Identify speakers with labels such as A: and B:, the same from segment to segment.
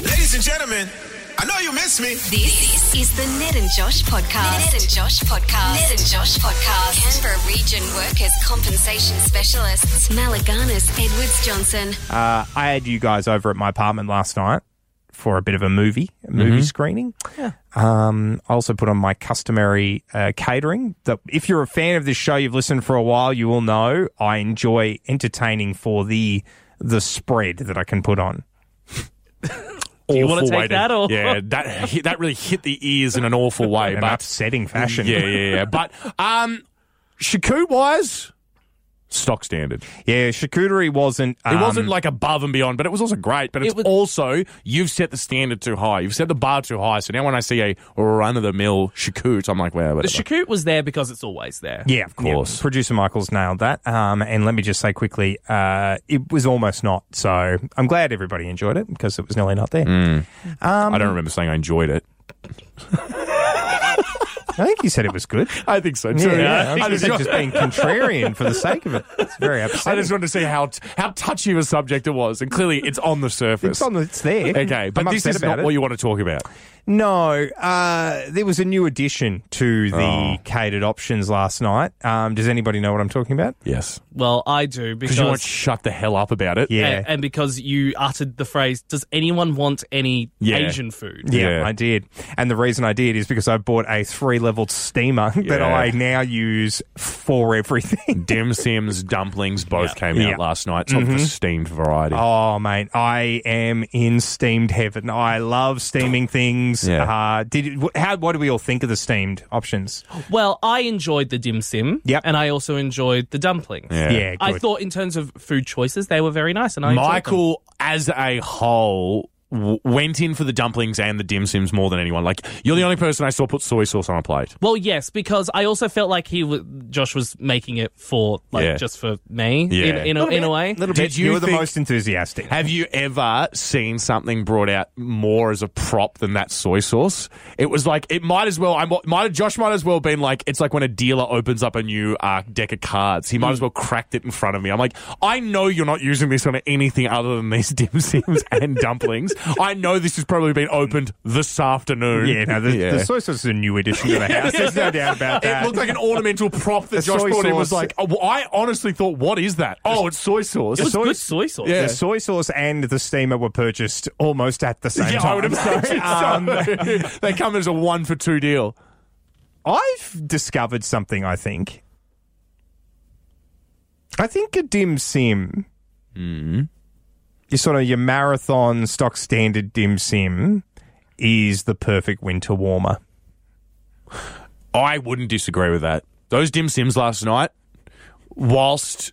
A: Ladies and gentlemen, I know you miss me.
B: This is the Ned and Josh podcast. Ned and Josh podcast. Ned and Josh podcast. Canberra Region Workers Compensation Specialists. Malaganas Edwards Johnson.
C: Uh, I had you guys over at my apartment last night for a bit of a movie, a movie
D: Mm-hmm.
C: screening. Um, I also put on my customary uh, catering. That if you're a fan of this show, you've listened for a while, you will know I enjoy entertaining for the the spread that I can put on.
E: Do you want
D: awful
E: to
D: way
E: take that? Or
D: yeah, that hit, that really hit the ears in an awful way.
C: In an
D: but
C: upsetting fashion.
D: yeah, yeah, yeah. But um, Shaku wise, stock standard.
C: yeah. Charcuterie wasn't.
D: It
C: um,
D: wasn't like above and beyond, but it was also great. But it's
E: It was-
D: also you've set the standard too high. You've set the bar too high. So now when I see a run of the mill Shakut, I'm like, wow,
E: the
D: whatever.
E: Shakut was there because it's always there.
C: Yeah, of
D: course.
C: Producer Michael's nailed that. Um, and let me just say quickly, uh, it was almost not. So I'm glad everybody enjoyed it because it was nearly not there.
D: Mm. I
E: Um,
D: don't remember saying I enjoyed it.
C: I think you said it was good.
D: I think so too.
C: Yeah, yeah.
D: I,
C: I'm
D: just,
C: just, just being contrarian for the sake of it. It's very upsetting.
D: I just wanted to see how t- how touchy of a subject it was, and clearly it's on the surface.
C: it's on the, it's there.
D: okay, but
C: I'm
D: this
C: upset
D: is
C: about
D: not
C: it.
D: what you want to talk about.
C: No, uh, there was a new addition to the
D: Oh.
C: catered options last night. Um, does anybody know what I'm talking about?
D: Yes,
E: Well, I do
D: because
E: because
D: you won't shut the hell up about it.
C: Yeah.
E: and, and because you uttered the phrase, "Does anyone want any
D: Yeah.
E: Asian food?"
C: Yeah,
D: Yeah.
C: I did. And the reason I did is because I bought a three leveled steamer that
D: Yeah.
C: I now use for everything.
D: Dim Sims dumplings both came out
C: Yeah.
D: last night, top of the steamed variety.
C: Oh mate, I am in steamed heaven. I love steaming things.
D: Yeah.
C: Uh, did wh- how? What do we all think of the steamed options?
E: Well, I enjoyed the dim sim,
C: Yep.
E: and I also enjoyed the dumplings.
D: Yeah.
C: Yeah,
E: I
C: good.
E: thought in terms of food choices, they were very nice, and I enjoyed them.
D: Michael, as a whole, w- went in for the dumplings and the dim sims more than anyone. Like you're the only person I saw put soy sauce on a plate.
E: Well, yes, because I also felt like he, w- Josh, was making it for like
D: Yeah.
E: just for me in,
D: Yeah.
E: in, a, in a way.
C: little
D: Did
C: bit.
D: you
C: You, were the
D: think-
C: most enthusiastic.
D: Have you ever seen something brought out more as a prop than that soy sauce? It was like it might as well. I mi- might Josh might as well been like it's like when a dealer opens up a new uh, deck of cards.
C: Hmm.
D: He might as well cracked it in front of me. I'm like, I know you're not using this on anything other than these dim sims and dumplings. I know this has probably been opened this afternoon.
C: Yeah, no, the,
D: Yeah.
C: the soy sauce is a new addition to the house. There's no doubt about that.
D: It looked like an ornamental prop that
C: The
D: Josh
C: soy
D: brought in was
C: sauce.
D: like, oh, well, I honestly thought, what is that? Oh, it's soy sauce.
E: It was
C: soy-
E: good soy sauce.
D: Yeah.
C: the soy sauce and the steamer were purchased almost at the same
D: yeah,
C: time.
D: I would imagine so. they come as a one for two deal.
C: I've discovered something, I think. I think a dim sim,
D: Hmm.
C: your sort of your marathon stock standard dim sim, is the perfect winter warmer.
D: I wouldn't disagree with that. Those dim sims last night, whilst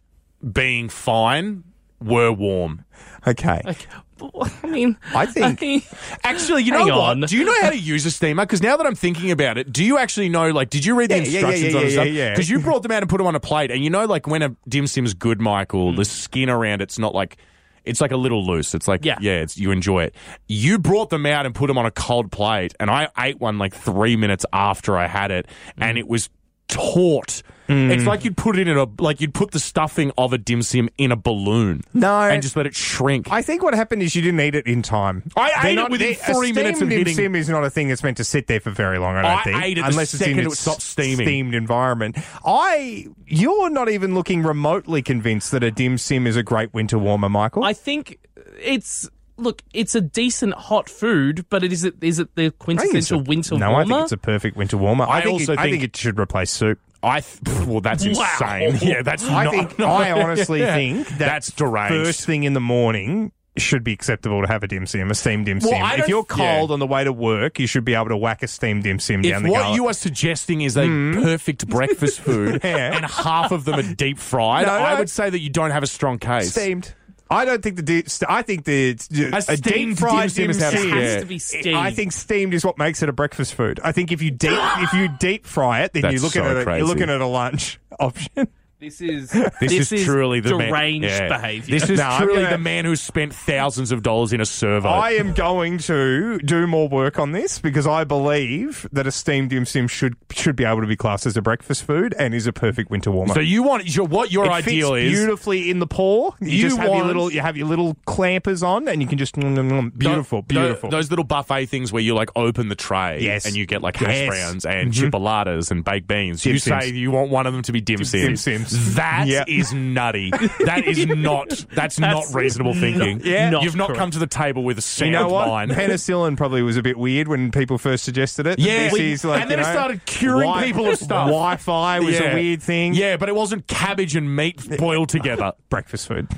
D: being fine, were warm.
C: Okay.
E: I mean,
C: I think-
D: Actually, you
E: Hang
D: know
E: on.
D: what? Do you know how to use a steamer? Because now that I'm thinking about it, do you actually know? Like, did you read the
C: Yeah, yeah, yeah,
D: instructions
C: yeah,
D: on
C: yeah,
D: it? stuff?
C: yeah, yeah.
D: Because you brought them out and put them on a plate, and you know, like when a dim sim's good, Michael,
C: Mm.
D: the skin around it's not like. It's like a little loose. It's like,
E: Yeah.
D: yeah, it's, you enjoy it. You brought them out and put them on a cold plate, and I ate one like three minutes after I had it,
C: Mm.
D: and it was taut. It's like you'd put it in a like you'd put the stuffing of a dim sim in a balloon,
C: No.
D: and just let it shrink.
C: I think what happened is you didn't eat it in time.
D: I
C: They're
D: ate it
C: not-
D: within
C: they- a
D: three minutes
C: steamed
D: of
C: dim
D: hitting-
C: sim is not a thing that's meant to sit there for very long. I don't
D: I
C: think.
D: ate it the
C: unless it's in
D: second it
C: its
D: stopped steaming.
C: steamed environment. I, you're not even looking remotely convinced that a dim sim is a great winter warmer, Michael.
E: I think it's look, it's a decent hot food, but it is it is it the
C: I think it's
E: quintessential
C: a-
E: winter
C: No,
E: warmer?
C: I think it's a perfect winter warmer. I,
D: I
C: think
D: also
C: it, I
D: think-
C: think it should replace soup.
D: I th- well, that's
E: Wow.
D: insane. Yeah, that's
C: I
D: not-
C: think I honestly
D: Yeah.
C: think that
D: that's deranged.
C: first thing in the morning should be acceptable to have a dim sim, a steamed dim
D: Well,
C: sim.
D: I
C: if
D: don't-
C: you're
D: yeah.
C: cold on the way to work, you should be able to whack a steamed dim sim
D: if
C: down the
D: what
C: gullet. Mm.
D: you are suggesting is a perfect breakfast food
C: Yeah.
D: and half of them are deep fried,
C: No,
D: I
C: no.
D: would say that you don't have a strong case.
C: steamed. I don't think the di- st- I think the
D: A
C: a, deep
D: steamed
C: fried
D: dim sim
C: dim
D: is how it's
C: sim.
E: it has
D: yeah.
E: to be steamed.
C: I think steamed is what makes it a breakfast food. I think if you deep if you deep fry it, then
D: That's
C: you're looking
D: so
C: at a,
D: crazy.
C: you're looking at a lunch option.
E: This is
D: This, is, truly the man-
E: deranged
D: yeah.
E: behavior.
D: This is
C: No, I'm
D: truly
C: gonna-
D: the man who spent thousands of dollars in a servo.
C: I am going to do more work on this because I believe that a steamed dim sum should should be able to be classed as a breakfast food and is a perfect winter warmer.
D: so you want your, what your
C: it
D: ideal
C: fits
D: is?
C: beautifully in the paw. You,
D: You
C: just have your
D: want-
C: little you have your little clampers on and you can just nom, nom, nom. beautiful,
D: Tho- tho-
C: beautiful.
D: Those little buffet things where you like open the tray
C: Yes.
D: and you get like hash
C: Yes. Mm-hmm.
D: browns and chipolatas and baked beans.
C: Dim
D: you
C: Sims.
D: say you want one of them to be dim
C: Dim
D: sims.
C: Sims.
D: That is
C: Yeah.
D: nutty. That is not. That's, not reasonable thinking.
C: Yeah. not
D: You've not
C: correct.
D: come to the table with a
C: you
D: sound
C: know what?
D: mind.
C: Penicillin probably was a bit weird when people first suggested it.
D: Yeah.
C: This
D: We-
C: is like,
D: and then
C: you
D: it
C: know,
D: started curing
C: Wi-
D: people of stuff.
C: Wi-Fi was
D: Yeah.
C: a weird thing.
D: Yeah, but it wasn't cabbage and meat boiled together.
C: breakfast food.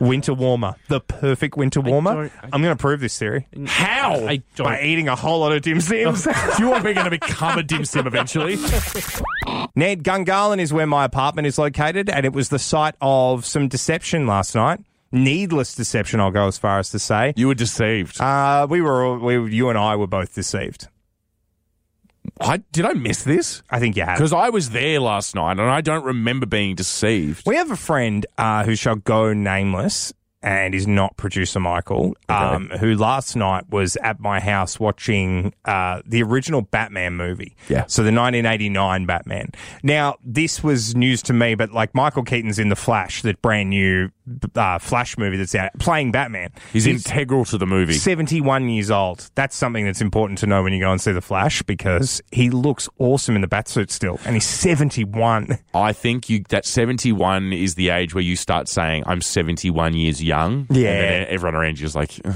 C: winter warmer, the perfect winter warmer.
E: don't- I-
C: I'm going to prove this theory
D: How?
E: I don't.
C: by eating a whole lot of dim sims.
D: you are going to become a dim sim eventually.
C: Ned Gungahlin is where my apartment is located, and it was the site of some deception last night. Needless deception, I'll go as far as to say.
D: You were deceived.
C: Uh, we were, all- we, you and I were both deceived.
D: I, did I miss this?
C: I think you have.
D: Because I was there last night and I don't remember being deceived.
C: We have a friend uh, who shall go nameless and is not producer Michael, um, who last night was at my house watching uh, the original Batman movie.
D: Yeah.
C: So the 1989 Batman. Now, this was news to me, but like Michael Keaton's in The Flash, that brand new uh, Flash movie that's out, playing Batman.
D: He's integral to the movie.
C: 71 years old. That's something that's important to know when you go and see The Flash because he looks awesome in the Batsuit still, and he's 71.
D: I think you that 71 is the age where you start saying, I'm 71 years young.
C: Yeah.
D: And then everyone around you is like, "Ugh,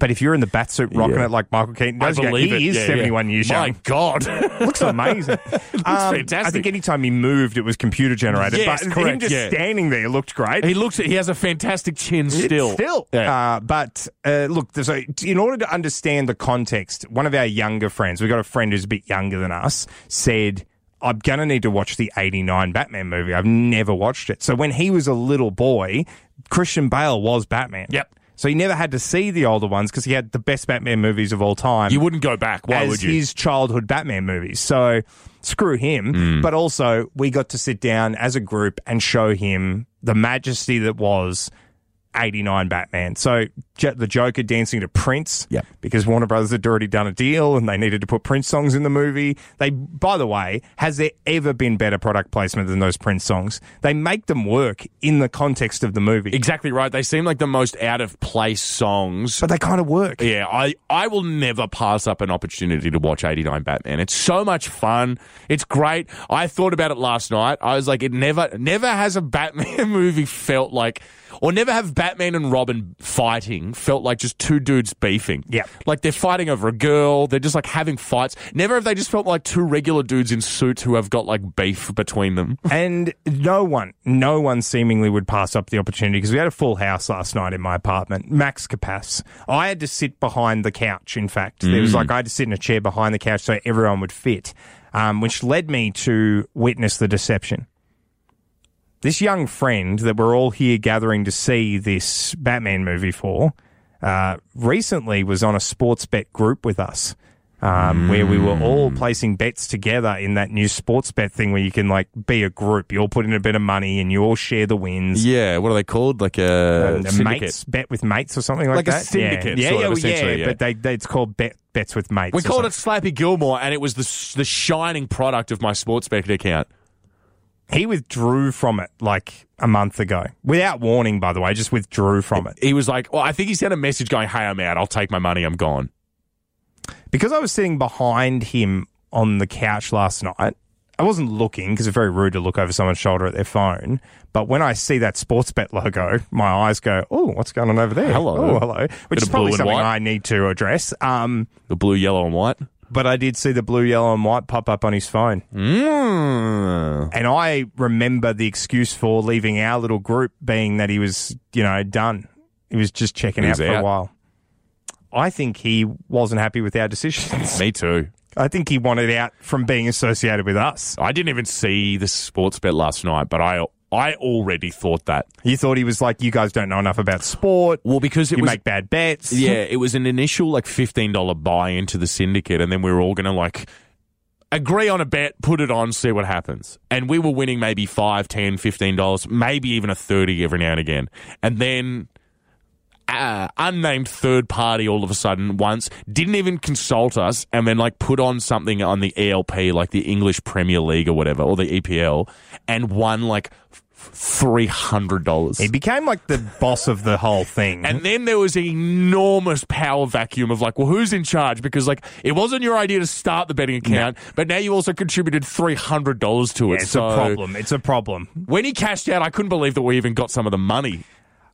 C: But if you're in the batsuit rocking
D: Yeah.
C: it like Michael Keaton
D: I
C: does, you go,
D: believe
C: he
D: it.
C: is
D: Yeah, yeah.
C: 71 years
D: My
C: young.
D: God.
C: Looks amazing. Um, I
D: fantastic.
C: think anytime he moved, it was computer generated.
D: Yes,
C: but him
D: correct,
C: just
D: yeah.
C: standing there looked great.
D: he looks, he has a fantastic chin still.
C: Still.
D: Yeah.
C: Uh, but uh, look, there's a, in order to understand the context, one of our younger friends, we've got a friend who's a bit younger than us, said, I'm going to need to watch the 89 Batman movie. I've never watched it. So when he was a little boy, Christian Bale was Batman.
D: Yep.
C: So he never had to see the older ones because he had the best Batman movies of all time
D: you wouldn't go back. Why
C: as
D: would you?
C: his childhood Batman movies. So screw him.
D: Mm.
C: But also, we got to sit down as a group and show him the majesty that was. 89 Batman. So J- the Joker dancing to Prince
D: Yep.
C: because Warner Brothers had already done a deal and they needed to put Prince songs in the movie. They, by the way, has there ever been better product placement than those Prince songs? They make them work in the context of the movie,
D: Exactly right. They seem like the most out of place songs.
C: but they kind of work.
D: Yeah, I, I will never pass up an opportunity to watch 89 Batman. It's so much fun. It's great. I thought about it last night. I was like, it never never has a Batman movie felt like or never have Batman and Robin fighting felt like just two dudes beefing.
C: Yep.
D: Like they're fighting over a girl, they're just like having fights. Never have they just felt like two regular dudes in suits who have got like beef between them.
C: And no one, no one seemingly would pass up the opportunity because we had a full house last night in my apartment, max capacity. I had to sit behind the couch, in fact. It was like I had to sit in a chair behind the couch so everyone would fit, um, which led me to witness the deception. This young friend that we're all here gathering to see this Batman movie for uh, recently was on a sports bet group with us um, where we were
D: Hmm.
C: all placing bets together in that new sports bet thing where you can like be a group. You all put in a bit of money and you all share the wins.
D: Yeah, what are they called? Like a,
C: And a
D: syndicate.
C: mates bet with mates or something like,
D: Like a
C: that.
D: syndicate
C: yeah,
D: sort
C: yeah,
D: of,
C: well, yeah,
D: essentially, yeah.
C: But they, they, it's called bet, bets with mates.
D: We
C: or
D: called it
C: something.
D: Slappy Gilmore, and it was the the shining product of my sports betting account.
C: He withdrew from it like a month ago without warning, by the way. Just withdrew from it
D: He was like, "Well, I think he sent a message going, hey, I'm out. I'll take my money. I'm gone.'"
C: because I was sitting behind him on the couch last night. I wasn't looking because it's very rude to look over someone's shoulder at their phone. But when I see that sports bet logo, my eyes go, "Oh, what's going on over there?
D: Hello.
C: oh, hello." Which
D: Bit
C: is
D: of blue
C: probably
D: and
C: something
D: white.
C: I need to address. Um,
D: The blue, yellow, and white.
C: but I did see the blue, yellow, and white pop up on his phone,
D: Mm.
C: and I remember the excuse for leaving our little group being that he was, you know, done. He was just checking
D: He
C: out for
D: was
C: a
D: out.
C: while. I think he wasn't happy with our decisions.
D: Me too.
C: I think he wanted out from being associated with us.
D: I didn't even see the sports bet last night, but I I already thought that.
C: You thought he was like, you guys don't know enough about sport.
D: Well, because it
C: you
D: was
C: make bad bets.
D: yeah, it was an initial like fifteen dollar buy into the syndicate, and then we were all gonna like agree on a bet, put it on, see what happens. And we were winning maybe five, ten, fifteen dollars, maybe even a thirty every now and again. And then uh, unnamed third party all of a sudden once didn't even consult us and then like put on something on the ELP like the English Premier League or whatever or the EPL and won like three hundred dollars.
C: He became like the boss of the whole thing.
D: And then there was an enormous power vacuum of like, well, who's in charge? Because like, it wasn't your idea to start the betting account, but now you also contributed three hundred dollars to it.
C: it's
D: so
C: a problem. It's a problem.
D: When he cashed out, I couldn't believe that we even got some of the money.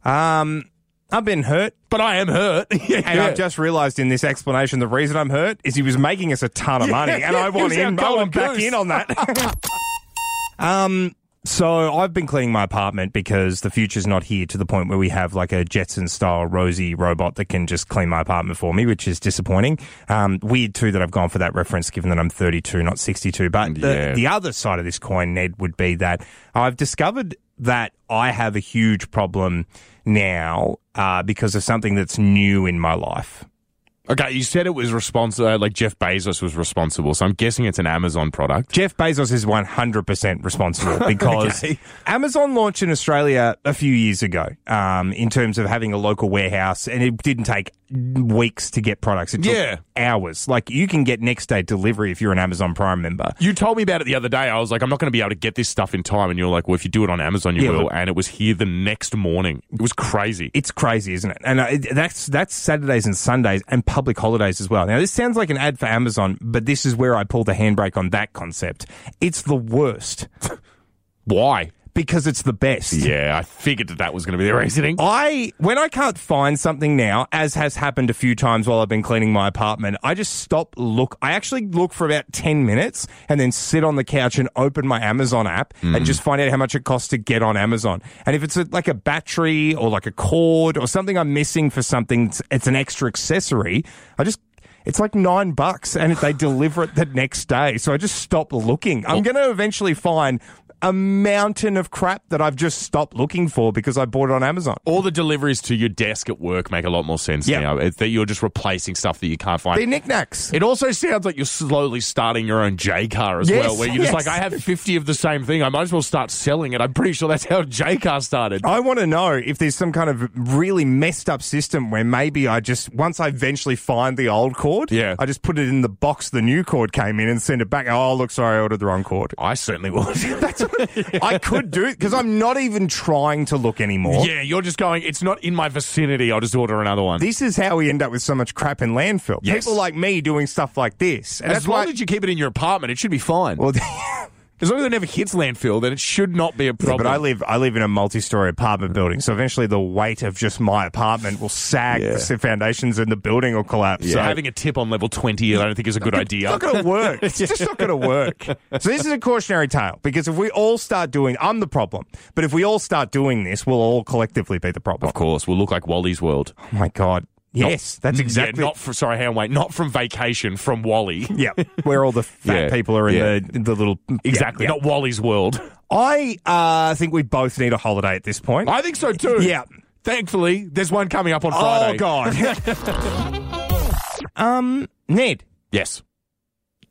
C: Um, I've been hurt,
D: But I am hurt. yeah,
C: and
D: yeah.
C: I've just realised in this explanation the reason I'm hurt is he was making us a ton of money, and I
D: he
C: want
D: was our
C: in. I want
D: golden
C: back
D: goose.
C: in on that. um. So I've been cleaning my apartment because the future's not here to the point where we have like a Jetson style Rosie robot that can just clean my apartment for me, which is disappointing. Um, weird too that I've gone for that reference given that I'm 32, not 62. But the,
D: Yeah.
C: the other side of this coin, Ned, would be that I've discovered that I have a huge problem now uh, because of something that's new in my life.
D: okay, you said it was responsible. Uh, like Jeff Bezos was responsible, so I'm guessing it's an Amazon product.
C: Jeff Bezos is 100% responsible because Amazon launched in Australia a few years ago um, in terms of having a local warehouse, and it didn't take weeks to get products. It took
D: Yeah.
C: hours. Like, you can get next day delivery if you're an Amazon Prime member.
D: You told me about it the other day. I was like, I'm not going to be able to get this stuff in time. And you're like, well, if you do it on Amazon, you
C: Yeah,
D: will.
C: but-
D: And it was here the next morning. It was crazy.
C: It's crazy, isn't it? And uh, it, that's that's Saturdays and Sundays and public holidays as well. Now, this sounds like an ad for Amazon, but this is where I pull the handbrake on that concept. It's the worst
D: Why?
C: because it's the best.
D: Yeah, I figured that that was going to be the reasoning.
C: I when I can't find something now, as has happened a few times while I've been cleaning my apartment, I just stop look. I actually look for about ten minutes and then sit on the couch and open my Amazon app and just find out how much it costs to get on Amazon. And if it's a, like a battery or like a cord or something I'm missing for something, it's, it's an extra accessory. I just. It's like nine bucks, and if they deliver it the next day, so I just stop looking. I'm going to eventually find a mountain of crap that I've just stopped looking for because I bought it on Amazon.
D: All the deliveries to your desk at work make a lot more sense
C: Yeah.
D: now. It's that you're just replacing stuff that you can't find.
C: They're knickknacks.
D: it also sounds like you're slowly starting your own J car as
C: Yes,
D: well, where you're just
C: yes.
D: like, I have 50 of the same thing. I might as well start selling it. I'm pretty sure that's how J car started.
C: I want to know if there's some kind of really messed up system where maybe I just, once I eventually find the old cord,
D: Yeah.
C: I just put it in the box the new cord came in and send it back. Oh, look, sorry, I ordered the wrong cord.
D: I certainly would.
C: I could do it because I'm not even trying to look anymore.
D: yeah, you're just going, it's not in my vicinity. I'll just order another one.
C: This is how we end up with so much crap in landfill.
D: Yes.
C: People like me doing stuff like this. And
D: as
C: that's
D: long
C: why.
D: as you keep it in your apartment, it should be fine.
C: well,
D: as long as it never hits landfill, then it should not be a
C: Yeah,
D: problem.
C: but I live I live in a multi-story apartment building, so eventually the weight of just my apartment will sag
D: Yeah.
C: the foundations and the building will collapse.
D: so
C: So
D: having a tip on level 20, I don't think is a good idea.
C: it's not going to work. It's just not going to work. So this is a cautionary tale because if we all start doing, I'm the problem. But if we all start doing this, we'll all collectively be the problem.
D: Of course, we'll look like Wally's World.
C: Oh my god! Yes, that's
D: Yeah,
C: exactly.
D: not from sorry, hang on, wait, not from vacation, from Wally.
C: yeah, where all the fat
D: Yeah,
C: people are in
D: yeah.
C: the the little
D: Exactly,
C: Yeah, yeah.
D: not Wally's World.
C: I uh, think we both need a holiday at this point.
D: I think so too.
C: Yeah.
D: Thankfully, there's one coming up on Friday.
C: oh god. um, Ned.
D: Yes.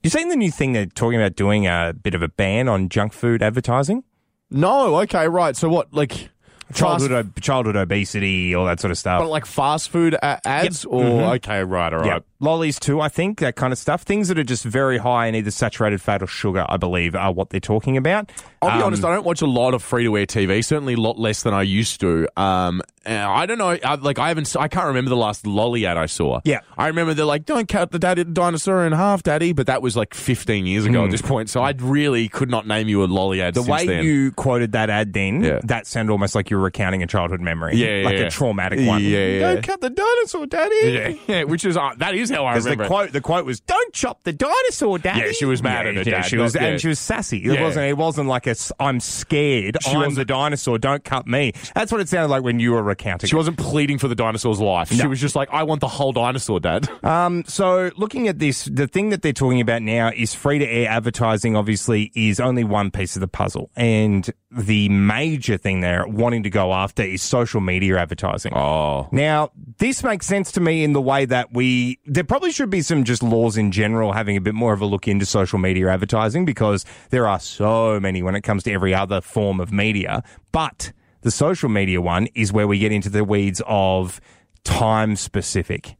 C: You seen the new thing they're talking about doing a bit of a ban on junk food advertising?
D: No. Okay. Right. So what? Like
C: Childhood, ob- childhood obesity, all that sort of stuff.
D: like fast food uh, ads, or okay. Right. All
C: Yeah. Lollies too, I think, that kind of stuff. Things that are just very high in either saturated fat or sugar, I believe, are what they're talking about.
D: I'll be
C: Um,
D: honest, I don't watch a lot of free to air TV, certainly a lot less than I used to. Um, and I don't know, I, like, I haven't, s- I can't remember the last lolly ad I saw.
C: Yeah.
D: I remember they're like, don't cut the daddy, dinosaur in half, daddy, but that was like 15 years ago at this point, so I really could not name you a lolly ad
C: Hmm. The
D: since
C: way
D: then.
C: you quoted that ad then,
D: Yeah.
C: that sounded almost like you were recounting a childhood memory.
D: Yeah, yeah,
C: Like
D: yeah.
C: a traumatic one.
D: Yeah, yeah.
C: Don't cut the dinosaur, daddy.
D: yeah, yeah, which is, uh, that is how I
C: 'Cause
D: remember.
C: the
D: it.
C: quote, the quote was, "Don't chop the dinosaur, Daddy."
D: Yeah, she was mad at her
C: yeah,
D: dad,
C: She was,
D: not- yeah.
C: and she was sassy. It
D: Yeah.
C: wasn't. It wasn't like a, s- "I'm scared.
D: She
C: I'm
D: wasn't-
C: the dinosaur. Don't cut me." That's what it sounded like when you were recounting.
D: She
C: it.
D: wasn't pleading for the dinosaur's life. She was just like, I want the whole dinosaur, dad.
C: Um, so looking at this, the thing that they're talking about now is free to air advertising. Obviously, is only one piece of the puzzle, and the major thing they're wanting to go after is social media advertising.
D: Oh.
C: Now, this makes sense to me in the way that we, the there probably should be some just laws in general having a bit more of a look into social media advertising because there are so many when it comes to every other form of media. But the social media one is where we get into the weeds of time specific.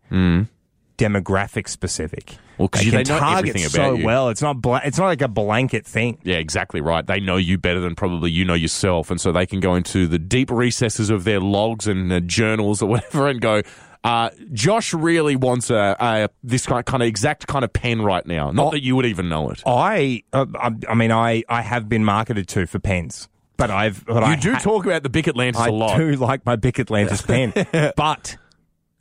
C: Demographic specific.
D: Mm. Well, 'cause
C: They
D: you-
C: can
D: they know
C: target
D: everything
C: so
D: about you.
C: well. It's not bla- it's not like a blanket thing.
D: Yeah, exactly right. They know you better than probably you know yourself, and so they can go into the deep recesses of their logs and uh, journals or whatever, and go. Uh, Josh really wants a, a this kind kind of exact kind of pen right now. Not that you would even know it.
C: I, uh, I, I mean, I, I have been marketed to for pens, but I've, but I
D: you do
C: ha-
D: talk about the Big Atlantis
C: I
D: a lot.
C: do like my Bic Atlantis pen, but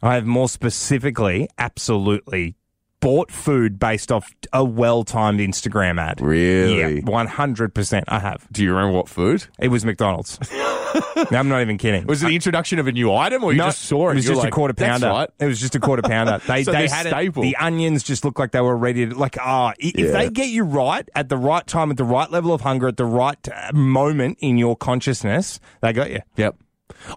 C: I have more specifically, absolutely bought food based off a well-timed Instagram ad.
D: Really?
C: Yeah, one hundred percent. I have.
D: Do you remember what food?
C: It was McDonald's. no, I'm not even kidding.
D: Was it the introduction of a new item, or you
C: No,
D: just saw it?
C: was
D: You're
C: just
D: like,
C: a quarter
D: "That's
C: pounder.
D: right."
C: It was just a quarter pounder. They
D: So
C: they
D: they're
C: had
D: staple.
C: it. The onions just looked like they were ready to like ah. i- if they get you right at the right time, at the right level of hunger, at the right uh, moment in your consciousness, they got you.
D: Yep.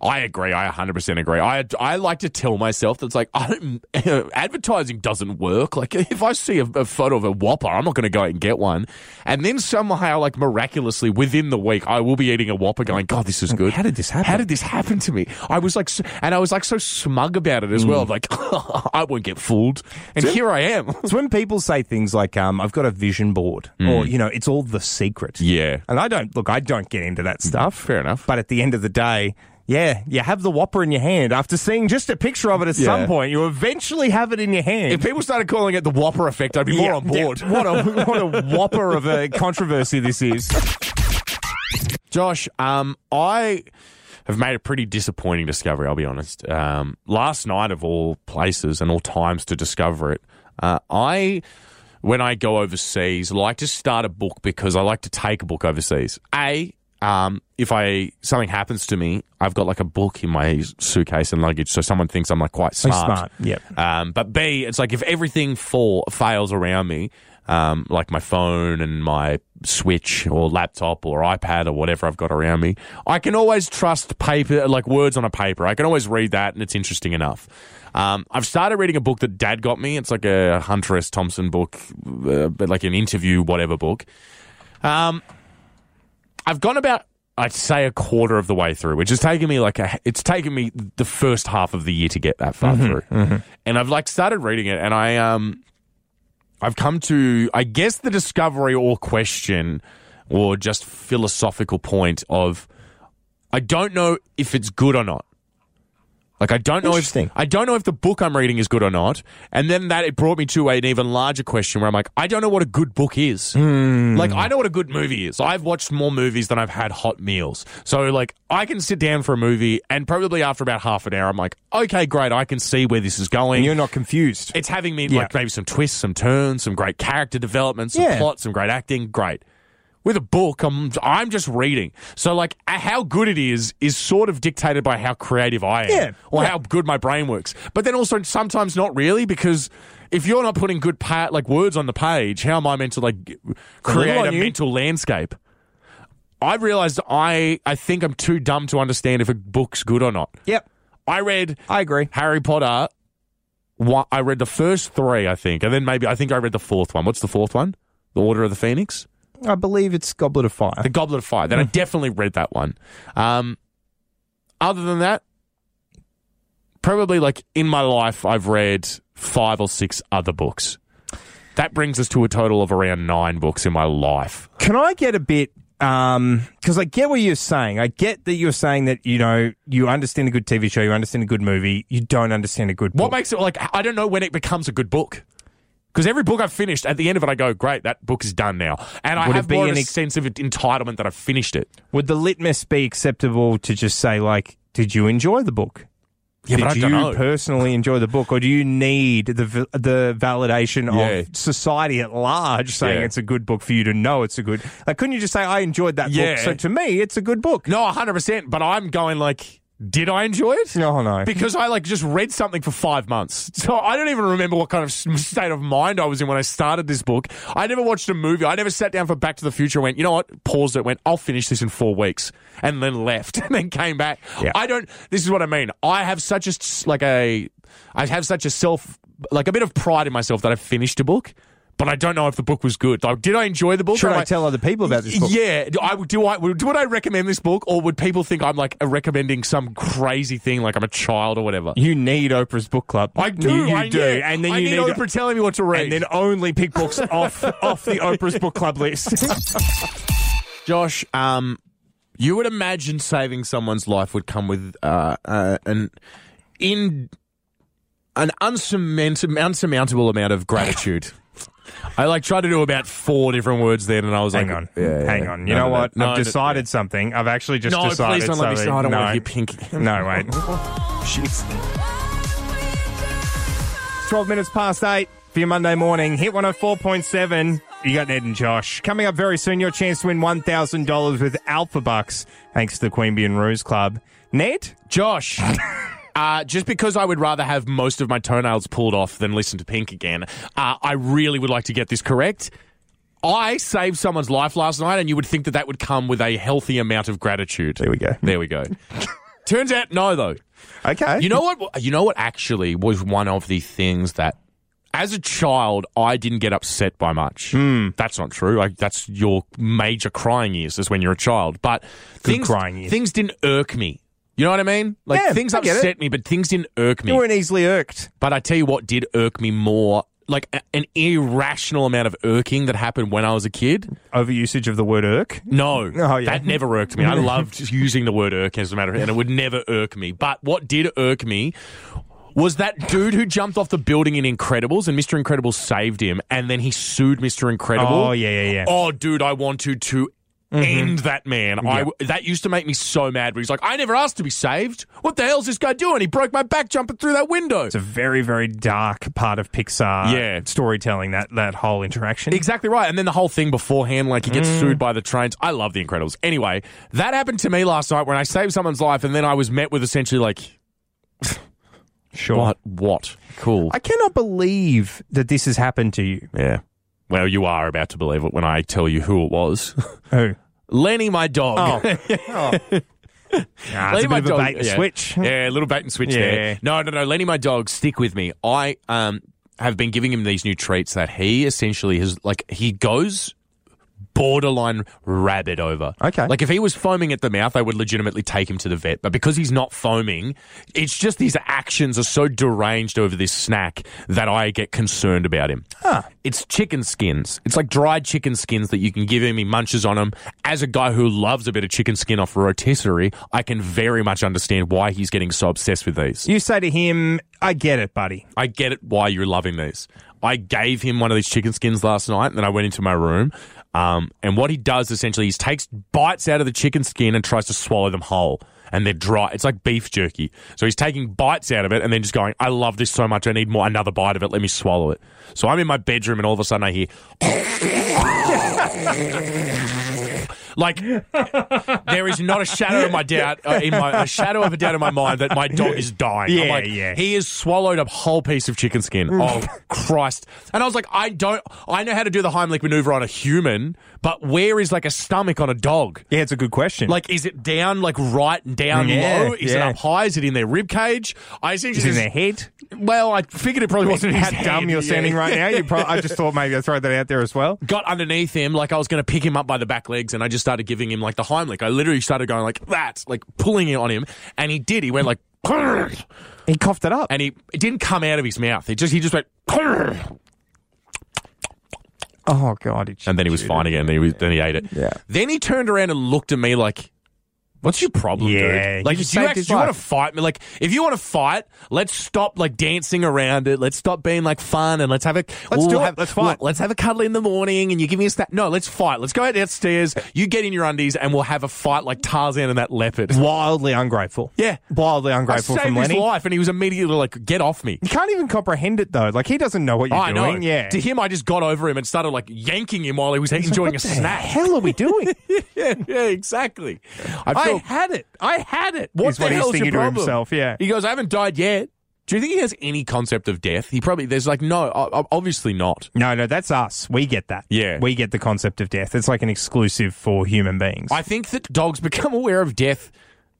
D: I agree. I 100% agree. I, I like to tell myself that's like, I don't, advertising doesn't work. Like, if I see a, a photo of a Whopper, I'm not going to go out and get one. And then somehow, like, miraculously within the week, I will be eating a Whopper going, God, this is good.
C: how did this happen?
D: How did this happen to me? I was like, so- and I was like so smug about it as well.
C: Mm.
D: Like, I won't get fooled. And here I am. Hmm.
C: It's when people say things like, um, I've got a vision board or, you know, it's all the secret.
D: Yeah.
C: And I don't, look, I don't get into that stuff.
D: Fair enough.
C: But at the end of the day, yeah, you have the Whopper in your hand. After seeing just a picture of it at
D: Yeah.
C: some point, you eventually have it in your hand.
D: If people started calling it the Whopper effect, I'd be more
C: Yeah,
D: on board.
C: yeah. what a what a whopper of a controversy this is.
D: Josh, um, I have made a pretty disappointing discovery, I'll be honest. Um, last night, of all places and all times to discover it, uh, I, when I go overseas, like to start a book because I like to take a book overseas. A, um, if I something happens to me, I've got like a book in my suitcase and luggage, so someone thinks I'm like quite smart.
C: smart, yep.
D: Um, but B, it's like if everything fall, fails around me, um, like my phone and my Switch or laptop or iPad or whatever I've got around me, I can always trust paper, like words on a paper. I can always read that and it's interesting enough. Um, I've started reading a book that Dad got me. It's like a Hunter S. Thompson book, uh, but like an interview, whatever book. Um, I've gone about I'd say a quarter of the way through, which has taken me like a, it's taken me the first half of the year to get that far through, and I've like started reading it, and I um, I've come to I guess the discovery or question or just philosophical point of I don't know if it's good or not. Like I don't know if
C: Interesting.
D: I don't know if the book I'm reading is good or not, and then that it brought me to an even larger question where I'm like, I don't know what a good book is.
C: Mm.
D: Like I know what a good movie is. I've watched more movies than I've had hot meals. So like I can sit down for a movie and probably after about half an hour I'm like, okay, great, I can see where this is going.
C: And you're not confused.
D: it's having me
C: Yeah.
D: like maybe some twists, some turns, some great character development, some
C: Yeah.
D: plot, some great acting, great. With a book, I'm I'm just reading. So like uh, how good it is is sort of dictated by how creative I am
C: Yeah.
D: or
C: Yeah.
D: how good my brain works. But then also sometimes not really because if you're not putting good pa- like words on the page, how am I meant to like g- create
C: on
D: a
C: you.
D: mental landscape? I realized I I think I'm too dumb to understand if a book's good or not.
C: Yep,
D: I read
C: I agree.
D: Harry Potter. One, I read the first three, I think, and then maybe I think I read the fourth one. What's the fourth one? The Order of the Phoenix,
C: I believe it's Goblet of Fire.
D: The Goblet of Fire. Then I
C: Hmm.
D: definitely read that one. Um, other than that, probably like in my life, I've read five or six other books. That brings us to a total of around nine books in my life.
C: Can I get a bit? Um, because I get what you're saying. I get that you're saying that you know you understand a good TV show, you understand a good movie, you don't understand a good
D: What
C: book.
D: makes it like I don't know when it becomes a good book. Because every book I've finished, at the end of it, I go, "Great, that book is done now," and I
C: Would it
D: have
C: be
D: more of
C: an
D: an
C: ex-
D: sense of entitlement that I've finished it.
C: Would the litmus be acceptable to just say like, did you enjoy the book?
D: Yeah,
C: did
D: but I
C: you
D: don't know.
C: personally enjoy the book, or do you need the v- the validation
D: Yeah.
C: of society at large saying
D: Yeah.
C: it's a good book for you to know it's a good? Like, couldn't you just say I enjoyed that
D: Yeah.
C: book? So to me, it's a good book.
D: no, hundred percent. But I'm going like, did I enjoy it?
C: No, no.
D: Because I like just read something for five months, so I don't even remember what kind of s- state of mind I was in when I started this book. I never watched a movie. I never sat down for Back to the Future. and Went, you know what? Paused it. Went, I'll finish this in four weeks, and then left, and then came back.
C: Yeah.
D: I don't. This is what I mean. I have such a s- like a, I have such a self like a bit of pride in myself that I finished a book, but I don't know if the book was good. Like, did I enjoy the book?
C: Should
D: Am
C: I tell other people about this book?
D: Yeah, do I do. I would would I recommend this book, or would people think I'm like recommending some crazy thing, like I'm a child or whatever?
C: You need Oprah's book club.
D: I do.
C: You, you
D: I
C: do.
D: need-
C: And then
D: I
C: you
D: need, Oprah telling me what to read.
C: and then only pick books off off the Oprah's book club list.
D: Josh, um, you would imagine saving someone's life would come with uh, uh, an in an unsurmountable, unsurmountable amount of gratitude. I like tried to do about four different words then, and I was
C: Hang
D: like,
C: on,
D: Yeah, yeah,
C: hang
D: yeah.
C: on. You
D: No,
C: know
D: no,
C: what?
D: no,
C: I've
D: no,
C: decided something. I've actually just
D: No, please
C: decided.
D: don't let me.
C: something.
D: I don't
C: no.
D: want to hear Pinky.
C: No, wait. It's 12 minutes past 8 for your Monday morning. Hit 104.7. You got Ned and Josh. Coming up very soon, your chance to win $1,000 with Alpha Bucks, thanks to the Queen Bee and Ruse Club. Ned?
D: Josh. Uh, just because I would rather have most of my toenails pulled off than listen to Pink again, uh, I really would like to get this correct. I saved someone's life last night, and you would think that that would come with a healthy amount of gratitude.
C: There we go.
D: There we go. Turns out, no, though.
C: Okay.
D: You know what? You know what? Actually, was one of the things that, as a child, I didn't get upset by much.
C: Hmm.
D: That's not true. Like that's your major crying years is when you're a child. But things
C: crying years.
D: things didn't irk me. You know what I mean? Like
C: Yeah,
D: things
C: I get it.
D: upset me, but things didn't irk me.
C: you weren't easily irked.
D: But I tell you what did irk me more. Like a- an irrational amount of irking that happened when I was a kid.
C: Overusage of the word irk.
D: No,
C: Oh, yeah.
D: that never irked me. I loved using the word irk as a matter of, and it would never irk me. But what did irk me was that dude who jumped off the building in Incredibles and Mr. Incredible saved him, and then he sued Mr. Incredible.
C: Oh, yeah, Mm-hmm. yeah, yeah.
D: Oh, dude, I wanted to. End that man! I w that used to make me so mad. Where he's like, "I never asked to be saved. What the hell's this guy doing? He broke my back jumping through that window."
C: It's a very, very dark part of Pixar
D: Yeah.
C: storytelling, that, that whole interaction.
D: Exactly right. And then the whole thing beforehand, like he gets sued by the trains. I love The Incredibles. Anyway, that happened to me last night when I saved someone's life, and then I was met with essentially like,
C: Sure.
D: what? What? Cool.
C: I cannot believe that this has happened to you.
D: yeah. Well, you are about to believe it when I tell you who it was.
C: Who?
D: Lenny, my dog.
C: Nah, it's
D: Lenny,
C: a bit of a bait and
D: yeah.
C: switch.
D: Yeah, a little bait and switch
C: Yeah.
D: there. No, no, no. Lenny, my dog, stick with me. I um have been giving him these new treats that he essentially has like he goes borderline rabid over.
C: Okay.
D: Like if he was foaming at the mouth, I would legitimately take him to the vet. But because he's not foaming, it's just his actions are so deranged over this snack that I get concerned about him. It's chicken skins. It's like dried chicken skins that you can give him. He munches on them. As a guy who loves a bit of chicken skin off rotisserie, I can very much understand why he's getting so obsessed with these.
C: You say to him, I get it, buddy.
D: I get it why you're loving these. I gave him one of these chicken skins last night, and then I went into my room. Um, and what he does essentially is takes bites out of the chicken skin and tries to swallow them whole. And they're dry. It's like beef jerky. So he's taking bites out of it and then just going, I love this so much. I need more. Another bite of it. Let me swallow it. So I'm in my bedroom, and all of a sudden I hear. Like there is not a shadow of my doubt uh, in my a shadow of a doubt in my mind that my dog is dying. I'm
C: Yeah,
D: like,
C: yeah. Mm.
D: He has swallowed a whole piece of chicken skin. Oh Christ! And I was like, I don't. I know how to do the Heimlich maneuver on a human, but where is like a stomach on a dog?
C: Yeah, it's a good question.
D: Like, is it down, like right and down
C: Yeah,
D: low? Is
C: Mm, yeah.
D: it up high? Is it in their rib cage? I essentially
C: Is it in
D: just,
C: their head?
D: Well, I figured it probably wasn't his
C: how dumb
D: head.
C: you're
D: Yeah.
C: sounding right now. You pro- I just thought maybe I'd throw that out there as well.
D: got underneath him like I was going to pick him up by the back legs and I just started giving him like the Heimlich. I literally started going like that, like pulling it on him and he did. He went like and
C: He coughed it up.
D: he it didn't come out of his mouth. It just he just went
C: oh, God. It
D: and then he was fine again. Then he was, then he ate it.
C: Yeah.
D: Then he turned around and looked at me like What's your problem,
C: Yeah,
D: dude?
C: you
D: Like,
C: just
D: do you,
C: saved
D: act-
C: his
D: do you want
C: life.
D: to fight me? Like, if you want to fight, let's stop like dancing around it. Let's stop being like fun and let's have a
C: Let's
D: we'll
C: do it.
D: have-
C: Let's fight.
D: Let's have a cuddle in the morning and you give me a stat. No, let's fight. Let's go out downstairs. You get in your undies and we'll have a fight like Tarzan and that leopard.
C: Wildly ungrateful.
D: Yeah.
C: Wildly
D: I
C: ungrateful
D: saved
C: from
D: his
C: Lenny.
D: life and he was immediately like, "Get off me."
C: You can't even comprehend it, though. Like, he doesn't know what you're
D: I know.
C: doing. Yeah.
D: To him, I just got over him and started like yanking him while he was enjoying
C: what
D: a
C: the
D: snack.
C: hell are we doing?
D: yeah, yeah, exactly. I,
C: feel-
D: had it. I had it. What
C: Is
D: the
C: what he's
D: hell's
C: thinking
D: your
C: to
D: problem?
C: himself, yeah.
D: He goes, I haven't died yet. Do you think he has any concept of death? He probably there's like no, o- o- obviously not.
C: no, no, that's us. We get that.
D: Yeah.
C: We get the concept of death. It's like an exclusive for human beings.
D: I think that dogs become aware of death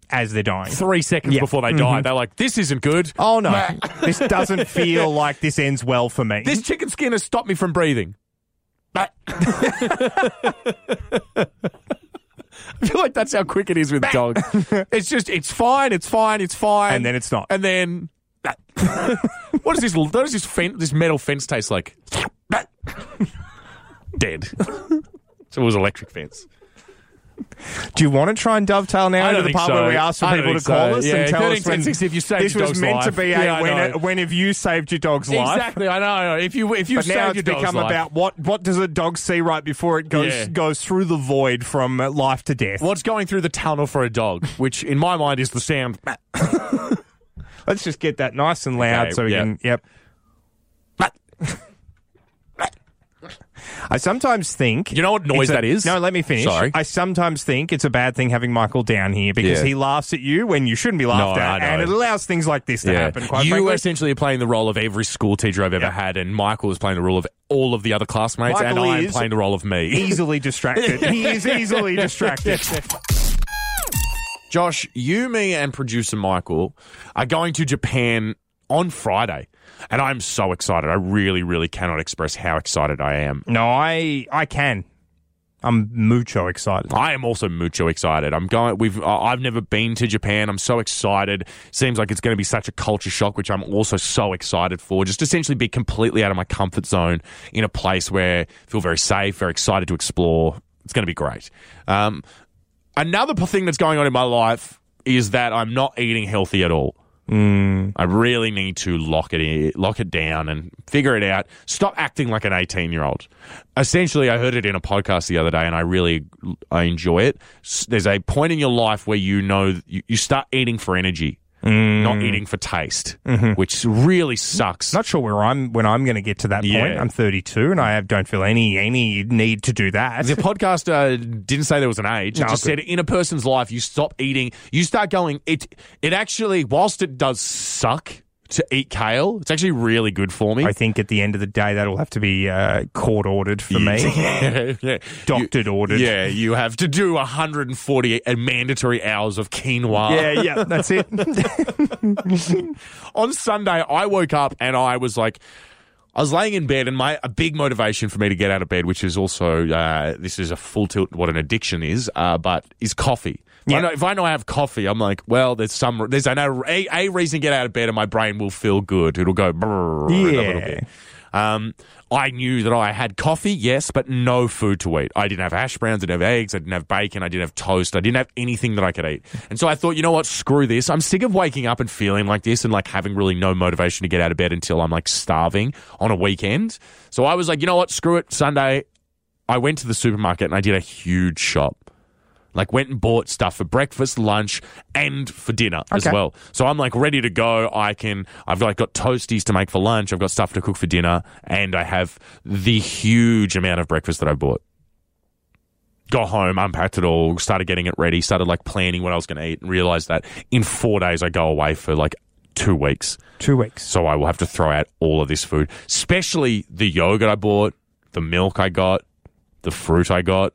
C: as they're dying.
D: three seconds
C: Yeah. Mm-hmm.
D: before they die. They're like, this isn't good.
C: Oh no, this doesn't feel like this ends well for me.
D: This chicken skin has stopped me from breathing. Bah. I feel like that's how quick it is with dogs. It's just, it's fine, it's fine, it's fine.
C: And then it's not.
D: And then. bah. what does this, what does this, fen- this metal fence taste like? Bah. Dead. so it was electric fence.
C: Do you want to try and dovetail now
D: I
C: into
D: don't
C: the
D: think
C: part where
D: so.
C: we ask for
D: I don't
C: people to
D: think
C: call
D: so.
C: us
D: Yeah,
C: and tell
D: 13,
C: us when
D: 16, if you saved
C: this
D: your
C: was
D: dog's
C: meant to
D: life.
C: be
D: Yeah,
C: a
D: I
C: when,
D: know.
C: when have you saved your dog's life?
D: Exactly, I know, I know. If you if you
C: But now
D: saved
C: it's
D: your dog's
C: become
D: life-
C: about what what does a dog see right before it goes
D: Yeah.
C: goes through the void from uh, life to death.
D: what's going through the tunnel for a dog, which in my mind is the sound. bah,
C: Let's just get that nice and loud
D: Okay,
C: so we
D: yeah.
C: can. Yep.
D: bah.
C: I sometimes think
D: You know what noise
C: it's a-
D: that is?
C: No, let me finish.
D: Sorry.
C: I sometimes think it's a bad thing having Michael down here because
D: Yeah.
C: he laughs at you when you shouldn't be laughed
D: No, I
C: at,
D: know.
C: and it allows things like this to happen. Quite
D: you
C: frankly.
D: essentially are playing the role of every school teacher I've ever
C: Yeah.
D: had, and Michael is playing the role of all of the other classmates,
C: Michael
D: and I am
C: is-
D: playing the role of me.
C: easily distracted. he is easily distracted.
D: Josh, you, me, and producer Michael are going to Japan on Friday, and I'm so excited. I really, really cannot express how excited I am.
C: no, I I can. I'm mucho excited.
D: I am also mucho excited. I'm going. We've. I- I've never been to Japan. I'm so excited. Seems like it's going to be such a culture shock, which I'm also so excited for. Just essentially be completely out of my comfort zone in a place where I feel very safe, very excited to explore. It's going to be great. Um, another p- thing that's going on in my life is that I'm not eating healthy at all. I really need to lock it in, lock it down and figure it out. Stop acting like an 18 year old. Essentially, I heard it in a podcast the other day and I really I enjoy it. S- There's a point in your life where you know th- you, you start eating for energy, not eating for taste, which really sucks.
C: Not sure where I'm when I'm going to get to that point.
D: Yeah.
C: I'm 32 and I have, don't feel any any need to do that.
D: the podcast uh, didn't say there was an age. It
C: No,
D: just
C: good.
D: said in a person's life, you stop eating, you start going. It it actually, whilst it does suck to eat kale, it's actually really good for me.
C: I think at the end of the day that'll have to be uh, court ordered for me,
D: yeah, yeah. You-
C: doctored ordered.
D: Yeah, you have to do 140 uh, mandatory hours of quinoa.
C: yeah, yeah. That's it.
D: On Sunday, I woke up and I was like, I was laying in bed, and my a big motivation for me to get out of bed, which is also uh, this is a full tilt what an addiction is, uh, but is coffee. If, I know, if I know I have coffee, I'm like, well, there's some there's an, a a reason to get out of bed, and my brain will feel good. It'll go brrr in a little
C: Yeah.
D: bit. Um, I knew that I had coffee, yes, but no food to eat. I didn't have hash browns, I didn't have eggs, I didn't have bacon, I didn't have toast, I didn't have anything that I could eat. And so I thought, you know what, screw this. I'm sick of waking up and feeling like this and like having really no motivation to get out of bed until I'm like starving on a weekend. So I was like, you know what, screw it. Sunday, I went to the supermarket and I did a huge shop. Like went and bought stuff for breakfast, lunch, and for dinner as
C: Okay.
D: well. So I'm like ready to go. I can. I've like got toasties to make for lunch. I've got stuff to cook for dinner, and I have the huge amount of breakfast that I bought. Got home, unpacked it all, started getting it ready, started like planning what I was going to eat, and realized that in four days I go away for like two weeks.
C: Two weeks.
D: So I will have to throw out all of this food, especially the yogurt I bought, the milk I got, the fruit I got,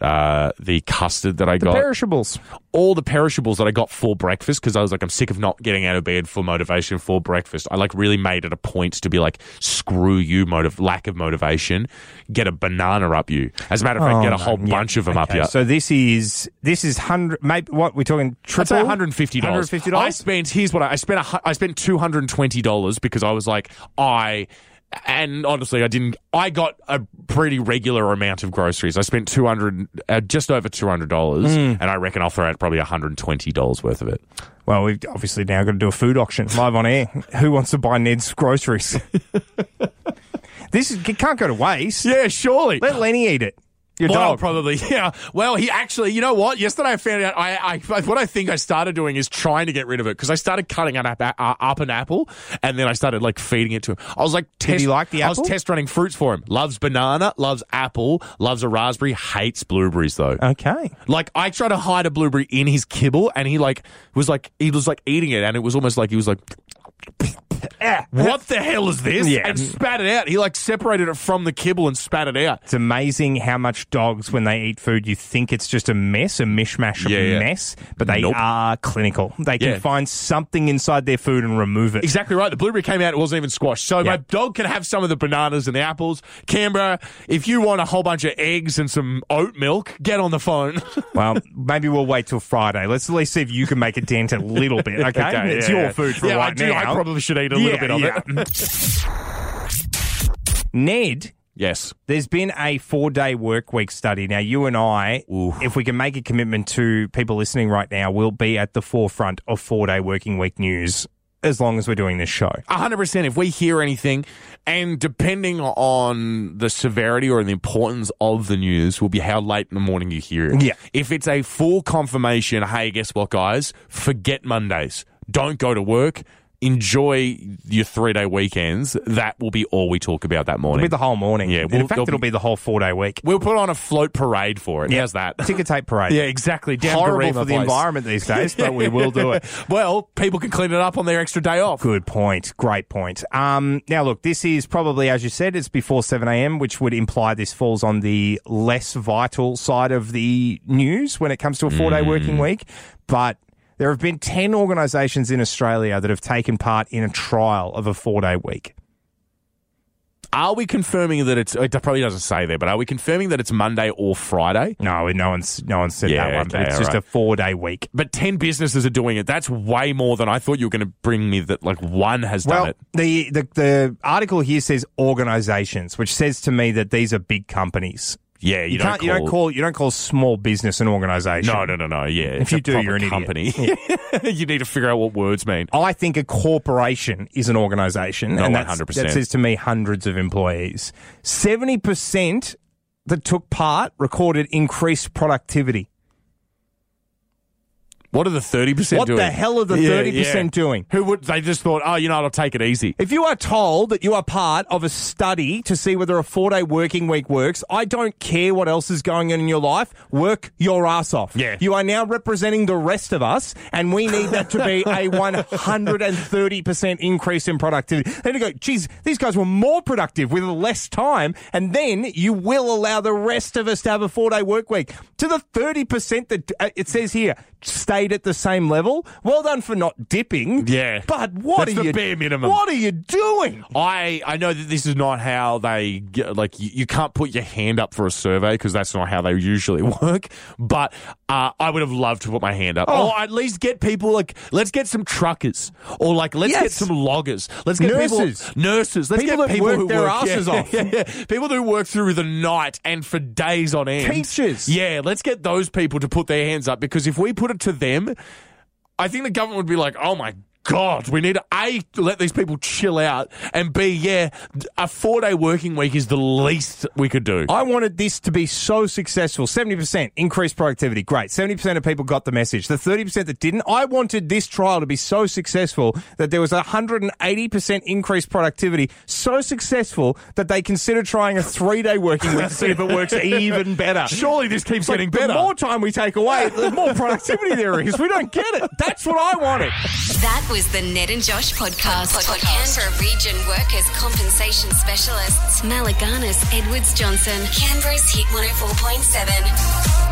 D: uh, the custard that I got,
C: Perishables.
D: all the perishables that I got for breakfast because I was like, I'm sick of not getting out of bed for motivation for breakfast. I like really made it a point to be like, screw you, motive, lack of motivation. Get a banana up you. As a matter of fact,
C: Oh,
D: get a
C: no,
D: whole
C: yeah,
D: bunch of them up
C: okay,
D: you.
C: So this is this is hundred. Maybe what we're talking triple.
D: I'd say one hundred and fifty dollars.
C: $150?
D: I spent. Here's what I, I spent. a hu- I spent two hundred and twenty dollars because I was like, I. And honestly, I didn't. I got a pretty regular amount of groceries. I spent two hundred, uh, just over two hundred dollars, and I reckon I'll throw out probably one hundred and twenty dollars worth of it.
C: Well, we've obviously now got to do a food auction live on air. Who wants to buy Ned's groceries? this is, it can't go to waste.
D: Yeah, surely.
C: Let Lenny eat it. Your
D: Well,
C: dog.
D: probably. Yeah. Well, he actually. You know what? Yesterday, I found out. I, I what I think I started doing is trying to get rid of it because I started cutting an app, uh, up an apple, and then I started like feeding it to him. I was like, test,
C: he like the
D: I
C: apple?
D: was test running fruits for him. Loves banana. Loves apple. Loves a raspberry. Hates blueberries
C: Uh.
D: though.
C: okay.
D: Like I tried to hide a blueberry in his kibble, and he like was like he was like eating it, and it was almost like he was like.
C: "Eh,
D: what the hell is this?
C: Yeah.
D: And spat it out. He like separated it from the kibble and spat it out.
C: It's amazing how much dogs, when they eat food, you think it's just a mess, a mishmash of
D: Yeah, yeah.
C: mess, but they
D: Nope.
C: are clinical. They can
D: Yeah.
C: find something inside their food and remove it.
D: Exactly right. The blueberry came out, it wasn't even squashed. So my
C: Yeah.
D: dog can have some of the bananas and the apples. Canberra, if you want a whole bunch of eggs and some oat milk, get on the phone.
C: Well, maybe we'll wait till Friday. Let's at least see if you can make a dent a little bit. Okay, it's
D: yeah,
C: your
D: yeah.
C: food for
D: yeah,
C: right
D: I do.
C: now.
D: I probably should eat a
C: Yeah,
D: little bit of it.
C: yeah. Ned.
D: Yes.
C: There's been a four day work week study. Now, you and I, if we can make a commitment to people listening right now, we'll be at the forefront of four day working week news as long as we're doing this show.
D: 100% if we hear anything and depending on the severity or the importance of the news will be how late in the morning you hear it
C: Yeah.
D: if it's a full confirmation hey guess what guys forget mondays don't go to work enjoy your three-day weekends that will be all we talk about that
C: It'll
D: morning
C: be the whole morning.
D: Yeah,
C: And
D: we'll-
C: in fact,
D: there'll
C: it'll be the whole four day week.
D: we'll put on a float parade for it how's that
C: Ticker tape parade.
D: yeah exactly Down
C: Horrible
D: Barima
C: for the
D: place.
C: environment these days, but we will do it.
D: well people can clean it up on their extra day off
C: Good point. Great point. Um, now, look, this is probably, as you said, it's before 7 a.m., which would imply this falls on the less vital side of the news when it comes to a four day
D: Mm.
C: working week. But there have been 10 organisations in Australia that have taken part in a trial of a four day week.
D: Are we confirming that it's? It probably doesn't say there, but are we confirming that it's Monday or Friday?
C: No, no one's, no one's said
D: Yeah,
C: that one, but
D: okay,
C: it's just
D: alright.
C: a four day week.
D: But ten businesses are doing it. That's way more than I thought you were going to bring me. That like one has done
C: Well,
D: it.
C: the, the, the article here says organisations, which says to me that these are big companies.
D: Yeah, you,
C: You, can't,
D: don't call,
C: you don't call you don't call small business an organisation.
D: No, no, no, no. Yeah, it's
C: you
D: a
C: do,
D: proper
C: you're an idiot.
D: company. you need to figure out what words mean.
C: I think a corporation is an organization.
D: No,
C: and that's,
D: 100%.
C: that says to me hundreds of employees. 70% that took part recorded increased productivity.
D: What are the thirty percent
C: What
D: doing?
C: the hell are the
D: Yeah,
C: 30%
D: yeah.
C: doing?
D: Who would? They just thought, oh, you know, what, I'll take it easy.
C: If you are told that you are part of a study to see whether a four day working week works, I don't care what else is going on in your life. Work your ass off.
D: Yeah.
C: You are now representing the rest of us, and we need that to be a 130% increase in productivity. Then you go, geez, these guys were more productive with less time, and then you will allow the rest of us to have a four day work week. To the 30% that uh, it says here, stayed at the same level. Well done for not dipping.
D: Yeah.
C: But what
D: That's
C: are
D: the
C: you
D: bare minimum.
C: What are you doing?
D: I, I know that this is not how they get, like you, you can't put your hand up for a survey because that's not how they usually work. But uh, I would have loved to put my hand up,
C: Oh.
D: or at least get people like let's get some truckers, or like let's get
C: Yes.
D: some loggers, let's get
C: Nurses.
D: people, nurses, let's
C: People
D: get
C: that
D: people
C: work
D: who
C: their
D: work
C: asses
D: yeah,
C: off.
D: yeah, yeah. people who work through the night and for days on end.
C: Teachers.
D: yeah, let's get those people to put their hands up because if we put it to them, I think the government would be like, oh my God, we need to A, let these people chill out, and B, yeah, a four day working week is the least we could do.
C: I wanted this to be so successful. 70% increased productivity. Great. 70% of people got the message. The 30% that didn't, I wanted this trial to be so successful that there was a 180% increased productivity. So successful that they consider trying a three day working week to see if it works even better.
D: Surely this keeps
C: It's like,
D: getting better.
C: The more time we take away, the more productivity there is. We don't get it. That's what I wanted.
B: That was the Ned and Josh podcast, for Canberra region workers' compensation oh specialists. Malaganas Edwards Johnson, Canberra's Hit 104.7.